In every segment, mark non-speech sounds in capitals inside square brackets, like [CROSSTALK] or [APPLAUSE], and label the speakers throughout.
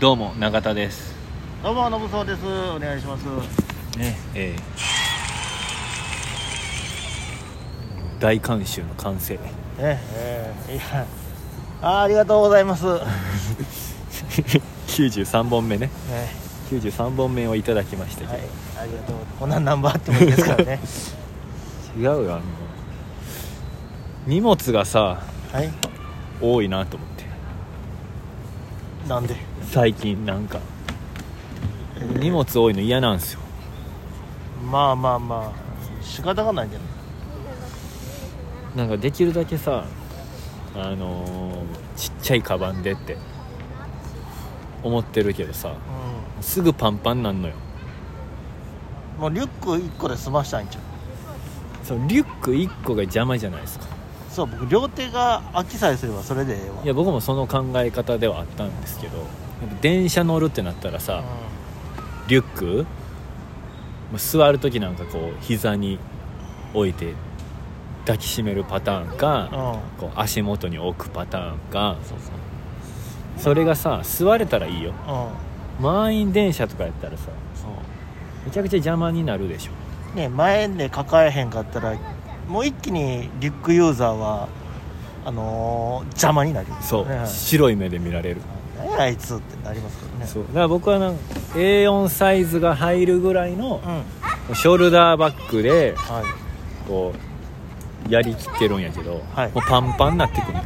Speaker 1: どうも永田です
Speaker 2: どうも、のぶそうです。お願いします。
Speaker 1: ねええ大観衆の完成 [LAUGHS]
Speaker 2: え、えー、いや。あー、ありがとうございます。ね、
Speaker 1: 93本目ね93本目をいただきましたけど、
Speaker 2: はい、ありがとう。こんなナンバーあってもいいですから [LAUGHS] ね。
Speaker 1: 違うよあの荷物がさ
Speaker 2: はい、
Speaker 1: 多いなと思って
Speaker 2: なんで。
Speaker 1: 最近なんか荷物多いの嫌なんですよ
Speaker 2: まあまあまあ、仕方がないんじゃない。
Speaker 1: なんかできるだけさあのーちっちゃいカバンでって思ってるけどさすぐパンパンなんのよ
Speaker 2: うん、もうリュック一個で済ましたいんちゃう。
Speaker 1: そのリュック1個が邪魔じゃないですか
Speaker 2: そう、僕両手が空きさえすれば、それでええわ。
Speaker 1: いや僕もその考え方ではあったんですけどやっぱ電車乗るってなったらさリュックもう座る時なんかこう膝に置いて抱きしめるパターン
Speaker 2: う
Speaker 1: か
Speaker 2: ん、うん、
Speaker 1: こう足元に置くパターンか
Speaker 2: そうそう。
Speaker 1: それがさ座れたらいいよ
Speaker 2: うん、
Speaker 1: 満員電車とかやったらさ
Speaker 2: そう。
Speaker 1: めちゃくちゃ邪魔になるでしょ
Speaker 2: ね、前で抱えへんかったら。もう一気にリュックユーザーは。あのー、邪魔になる。
Speaker 1: そう、
Speaker 2: ね
Speaker 1: 白い目で見られる、
Speaker 2: 何やあいつってなりますからね
Speaker 1: そうだから僕はなんか A4 サイズが入るぐらいの
Speaker 2: うん
Speaker 1: ショルダーバッグで
Speaker 2: はい
Speaker 1: こうやりきってるんやけど、
Speaker 2: はい
Speaker 1: もうパンパンになってくる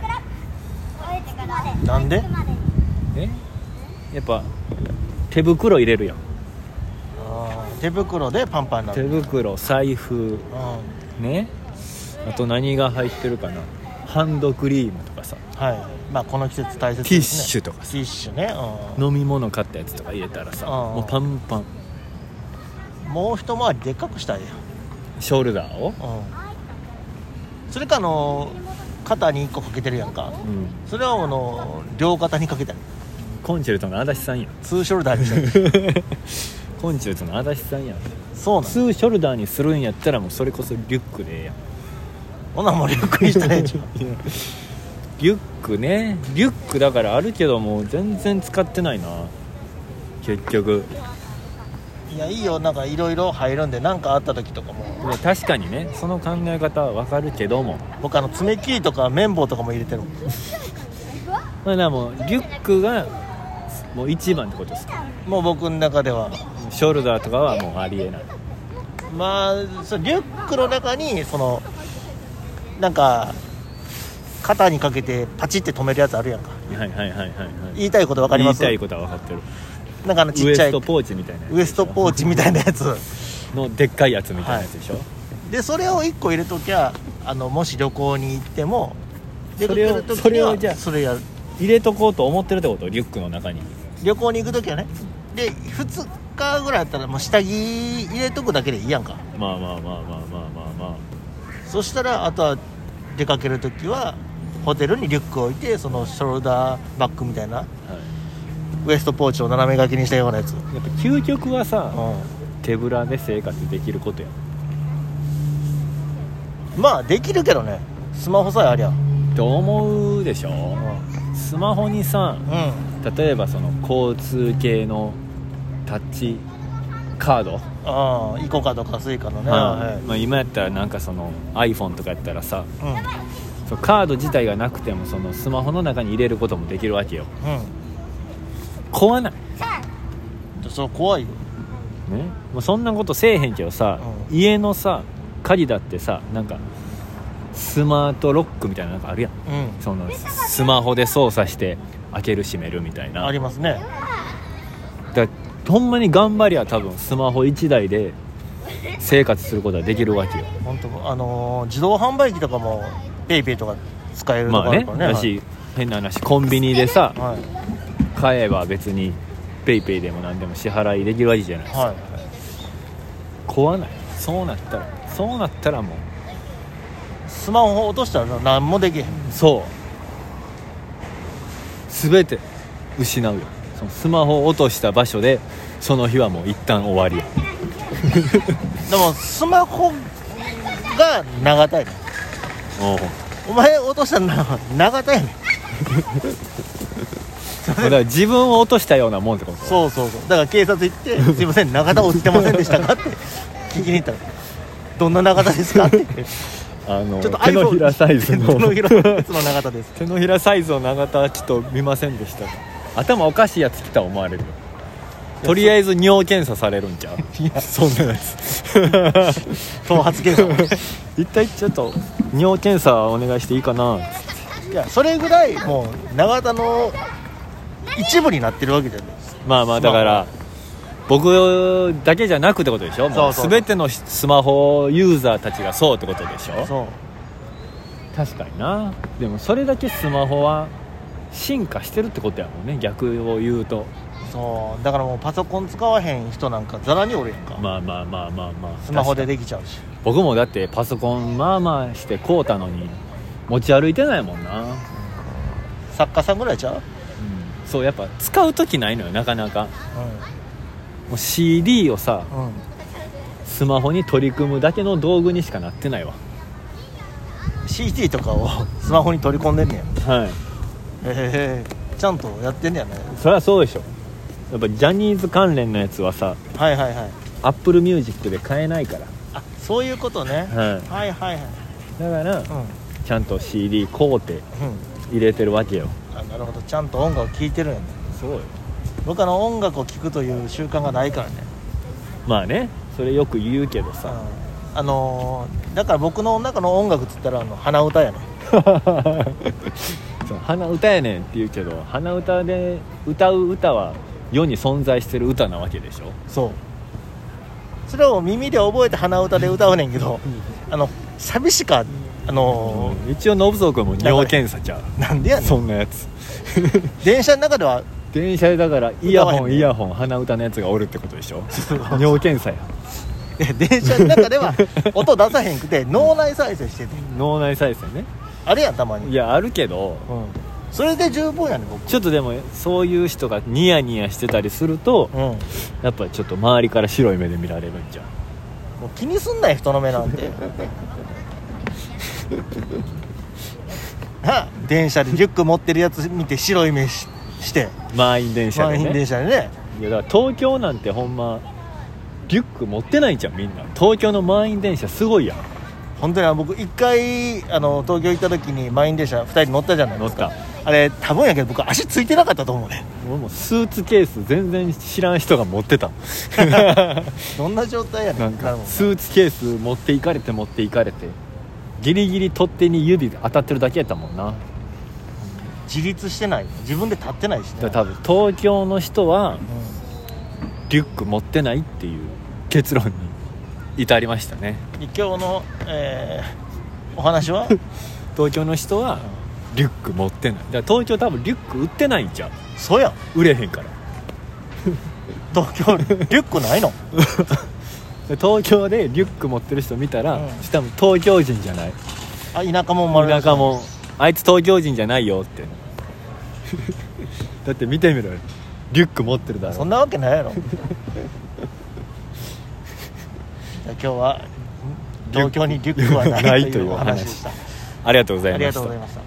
Speaker 2: なんで
Speaker 1: えやっぱ手袋入れるやん
Speaker 2: 手袋でパンパンにな
Speaker 1: 手
Speaker 2: る
Speaker 1: 袋財布
Speaker 2: うんはい
Speaker 1: ねあと何が入ってるかなハンドクリームとかさ
Speaker 2: まあこの季節大切ですね
Speaker 1: ティッシュとか
Speaker 2: ティッシュねうん
Speaker 1: 飲み物買ったやつとか入れたらさ
Speaker 2: うん
Speaker 1: もうパンパン
Speaker 2: もう一回りでっかくしたいよ
Speaker 1: ショルダーを、
Speaker 2: うんそれかあの肩に1個かけてるやんか
Speaker 1: うん、
Speaker 2: それはあの両肩にかけたり
Speaker 1: コンチェルトの足立さ [LAUGHS] んやん
Speaker 2: ツーショルダーに
Speaker 1: [LAUGHS]
Speaker 2: したり
Speaker 1: コンチェルトの足立さんやん
Speaker 2: そう
Speaker 1: 普
Speaker 2: なん
Speaker 1: 通ショルダーにするんやったらもうそれこそリュックでええやん
Speaker 2: ほなもうリュックにしたらええんちゃう
Speaker 1: リュックねリュックだからあるけどもう全然使ってないな結局
Speaker 2: いやいいよなんかいろいろ入るんで何かあった時とかも
Speaker 1: で確かにねその考え方はわかるけども
Speaker 2: 僕あの爪切りとか綿棒とかも入れてるもん
Speaker 1: まあでもうリュックがもう一番ってことですか
Speaker 2: もう僕の中では
Speaker 1: ショルダーとかはもうありえない
Speaker 2: まあそうリュックの中にそのなんか肩にかけてパチって止めるやつあるやんか
Speaker 1: はいはいはいはいはい
Speaker 2: 言いたいこと分かります
Speaker 1: 言いたいことは分かってる
Speaker 2: なんかあのち
Speaker 1: ウ
Speaker 2: っ
Speaker 1: エ
Speaker 2: ちゃ
Speaker 1: ス
Speaker 2: い
Speaker 1: トポーチみたいなやつでしょ
Speaker 2: ウエストポーチみたいなやつ
Speaker 1: のでっかいやつみたいなやつでしょ、
Speaker 2: でそれを1個入れときゃあのもし旅行に行っても出
Speaker 1: そ
Speaker 2: か
Speaker 1: れ
Speaker 2: け
Speaker 1: を
Speaker 2: る時
Speaker 1: そ
Speaker 2: に
Speaker 1: れを
Speaker 2: は
Speaker 1: じゃあ
Speaker 2: それやる
Speaker 1: 入れとこうと思ってるってことリュックの中に
Speaker 2: 旅行に行く時はねで2日ぐらいやったらもう下着入れとくだけでいいやんか
Speaker 1: まあまあまあまあまあまあまあ
Speaker 2: そしたらあとは出かける時はホテルにリュックを置いてそのショルダーバッグみたいな
Speaker 1: はい
Speaker 2: ウエストポーチを斜め掛けにしたようなやつ、うん、
Speaker 1: やっぱ究極はさ、手ぶらで生活できることや
Speaker 2: まあできるけどねスマホさえありゃうん
Speaker 1: と思うでしょスマホにさ例えばその交通系のタッチカード、
Speaker 2: ああイコカとかスイカのね、
Speaker 1: は
Speaker 2: はい
Speaker 1: まあ、今やったらなんかその iPhone とかやったらさ
Speaker 2: うん
Speaker 1: そのカード自体がなくてもそのスマホの中に入れることもできるわけよ
Speaker 2: う
Speaker 1: 怖ない
Speaker 2: んそれ怖いよ
Speaker 1: ね、もうそんなことせえへんけどさ、
Speaker 2: う
Speaker 1: 家のさ鍵だってさなんかスマートロックみたいななんかあるやん
Speaker 2: うん
Speaker 1: そのスマホで操作して開ける閉めるみたいな
Speaker 2: ありますね
Speaker 1: だほんまに頑張りゃ多分スマホ1台で生活することはできるわけよ
Speaker 2: 本当あのー自動販売機とかもペイペイとか使えると
Speaker 1: ま
Speaker 2: か
Speaker 1: あ
Speaker 2: あ
Speaker 1: ね
Speaker 2: るからね,
Speaker 1: だ
Speaker 2: はい、
Speaker 1: し変な話コンビニでさ
Speaker 2: はい
Speaker 1: 買えば別に PayPay ペイペイでも何でも支払いできるわけじゃないですか、
Speaker 2: はい
Speaker 1: 怖ないそうなったらそうなったらも
Speaker 2: スマホ落としたら何もできへん
Speaker 1: うそう全て失うよそのスマホを落とした場所でその日はもう一旦終わりよ
Speaker 2: でもスマホが長田やねんお前落としたの長田やねん
Speaker 1: だから自分を落としたようなもんってこと
Speaker 2: そうそうそうだから警察行っ
Speaker 1: [LAUGHS]
Speaker 2: て「すいません中田落ちてませんでしたか?」って聞きに行ったら「どんな中田です
Speaker 1: [LAUGHS]
Speaker 2: か?」って
Speaker 1: あの
Speaker 2: ちょっと
Speaker 1: 手のひらサイズ
Speaker 2: 手の
Speaker 1: の
Speaker 2: ひらサイズの長田です
Speaker 1: 手のひらサイズの長田はちょっと見ませんでした頭おかしいやつ来た思われるよとりあえず尿検査されるんちゃういやそんなやつ
Speaker 2: 頭髪
Speaker 1: [LAUGHS]
Speaker 2: 検査
Speaker 1: 一体ちょっと尿検査お願いしていいかない
Speaker 2: やそれぐらいもう長田の一部になってるわけじゃないです
Speaker 1: まあまあだから僕だけじゃなくってことでしょもう
Speaker 2: そうそう
Speaker 1: 全てのスマホユーザーたちがそうってことでしょ
Speaker 2: そう
Speaker 1: 確かになでもそれだけスマホは進化してるってことやもんね逆を言うと
Speaker 2: そうだからもうパソコン使わへん人なんかざらにおるやんか、
Speaker 1: まあまあまあまあまあ
Speaker 2: スマホ
Speaker 1: 確
Speaker 2: でできちゃうし
Speaker 1: かに僕もだってパソコンまあまあしてこうたのに持ち歩いてないもんな、うん、
Speaker 2: 作家さんぐらいちゃう、
Speaker 1: そうやっぱ使う時ないのよなかなか
Speaker 2: う
Speaker 1: もう CD をさ
Speaker 2: んうん、
Speaker 1: スマホに取り組むだけの道具にしかなってないわ
Speaker 2: CT とかをスマホに取り込んでんねや
Speaker 1: はい
Speaker 2: へえちゃんとやってんねやね
Speaker 1: そりゃそうでしょやっぱジャニーズ関連のやつはさ
Speaker 2: はいはいはい
Speaker 1: Apple Music で買えないから、
Speaker 2: あそういうことね、
Speaker 1: はい、
Speaker 2: はいはいはい
Speaker 1: だから
Speaker 2: うん
Speaker 1: ちゃんと CD 買うて
Speaker 2: うん
Speaker 1: 入れてるわけよ
Speaker 2: あなるほどちゃんと音楽聴いてるんやね
Speaker 1: そうよ
Speaker 2: 僕あの音楽を聴くという習慣がないからね、
Speaker 1: まあねそれよく言うけど
Speaker 2: う
Speaker 1: さ
Speaker 2: ん、あのーだから僕の中の音楽っつったらあの鼻歌やね
Speaker 1: [LAUGHS] そう鼻歌やねんって言うけど鼻歌で歌う歌は世に存在してる歌なわけでしょ
Speaker 2: そうそれを耳で覚えて鼻歌で歌うねんけどあの寂しかあの
Speaker 1: 一応信蔵君も尿検査ちゃ
Speaker 2: [LAUGHS]
Speaker 1: う
Speaker 2: ーなんでやね
Speaker 1: そ
Speaker 2: ん
Speaker 1: んなやつ
Speaker 2: 電車の中では
Speaker 1: 電車でだからイヤ
Speaker 2: 歌
Speaker 1: ホ
Speaker 2: わへん
Speaker 1: ン
Speaker 2: ね
Speaker 1: イヤホン鼻歌のやつがおるってことでしょ尿検査や
Speaker 2: いや電車の中では [LAUGHS] 音出さへんくて脳内再生してて
Speaker 1: 脳内再生ね
Speaker 2: あれやんたまに
Speaker 1: いやあるけど
Speaker 2: うん、それで十分やね僕
Speaker 1: ちょっとでもそういう人がニヤニヤしてたりすると
Speaker 2: うんもう
Speaker 1: やっぱちょっと周りから白い目で見られるんじゃん
Speaker 2: 気にすんなよ人の目なん [LAUGHS] てなあ電車でリュック持ってるやつ見て白い目しして
Speaker 1: 満員電車で
Speaker 2: 満
Speaker 1: ね
Speaker 2: 員電車でね
Speaker 1: いやだから東京なんてほんまリュック持ってないじゃんみんな東京の満員電車すごいやん
Speaker 2: 本当にあの僕一回あの東京行った時に満員電車2人乗ったじゃない
Speaker 1: 乗っ
Speaker 2: ですか
Speaker 1: た
Speaker 2: あれ多分やけど僕足ついてなかったと思うね
Speaker 1: 俺もうスーツケース全然知らん人が持ってたもん
Speaker 2: どんな状態やね
Speaker 1: [LAUGHS] なん
Speaker 2: ん
Speaker 1: か
Speaker 2: もう
Speaker 1: [LAUGHS] スーツケース持っていかれて持っていかれてギリギリ取っ手に指当たってるだけやったもんな
Speaker 2: 自立してない自分で立ってないしね
Speaker 1: だから多分東京の人は
Speaker 2: うん
Speaker 1: リュック持ってないっていう結論に至りましたね
Speaker 2: 今日の、えーお話 [LAUGHS] は
Speaker 1: 東京の人はリュック持ってないだから東京多分リュック売ってないんちゃう
Speaker 2: そうやん
Speaker 1: 売れへんから
Speaker 2: 東京リュックないの
Speaker 1: で東京でリュック持ってる人見たら、
Speaker 2: うん
Speaker 1: 多分東京人じゃない
Speaker 2: あ田舎もん丸出
Speaker 1: 田
Speaker 2: し
Speaker 1: 舎もあいつ東京人じゃないよって
Speaker 2: [LAUGHS]
Speaker 1: だって見てみろよリュック持ってるだ
Speaker 2: そ
Speaker 1: ろ
Speaker 2: んなわけないや
Speaker 1: [LAUGHS]
Speaker 2: ろじゃあ今日は東京にリュックはない
Speaker 1: ないと
Speaker 2: とい
Speaker 1: いうう
Speaker 2: お
Speaker 1: お
Speaker 2: 話
Speaker 1: 話
Speaker 2: でした
Speaker 1: ありがとうござ
Speaker 2: あ
Speaker 1: い
Speaker 2: り
Speaker 1: ま
Speaker 2: が
Speaker 1: し
Speaker 2: とう
Speaker 1: た
Speaker 2: ございました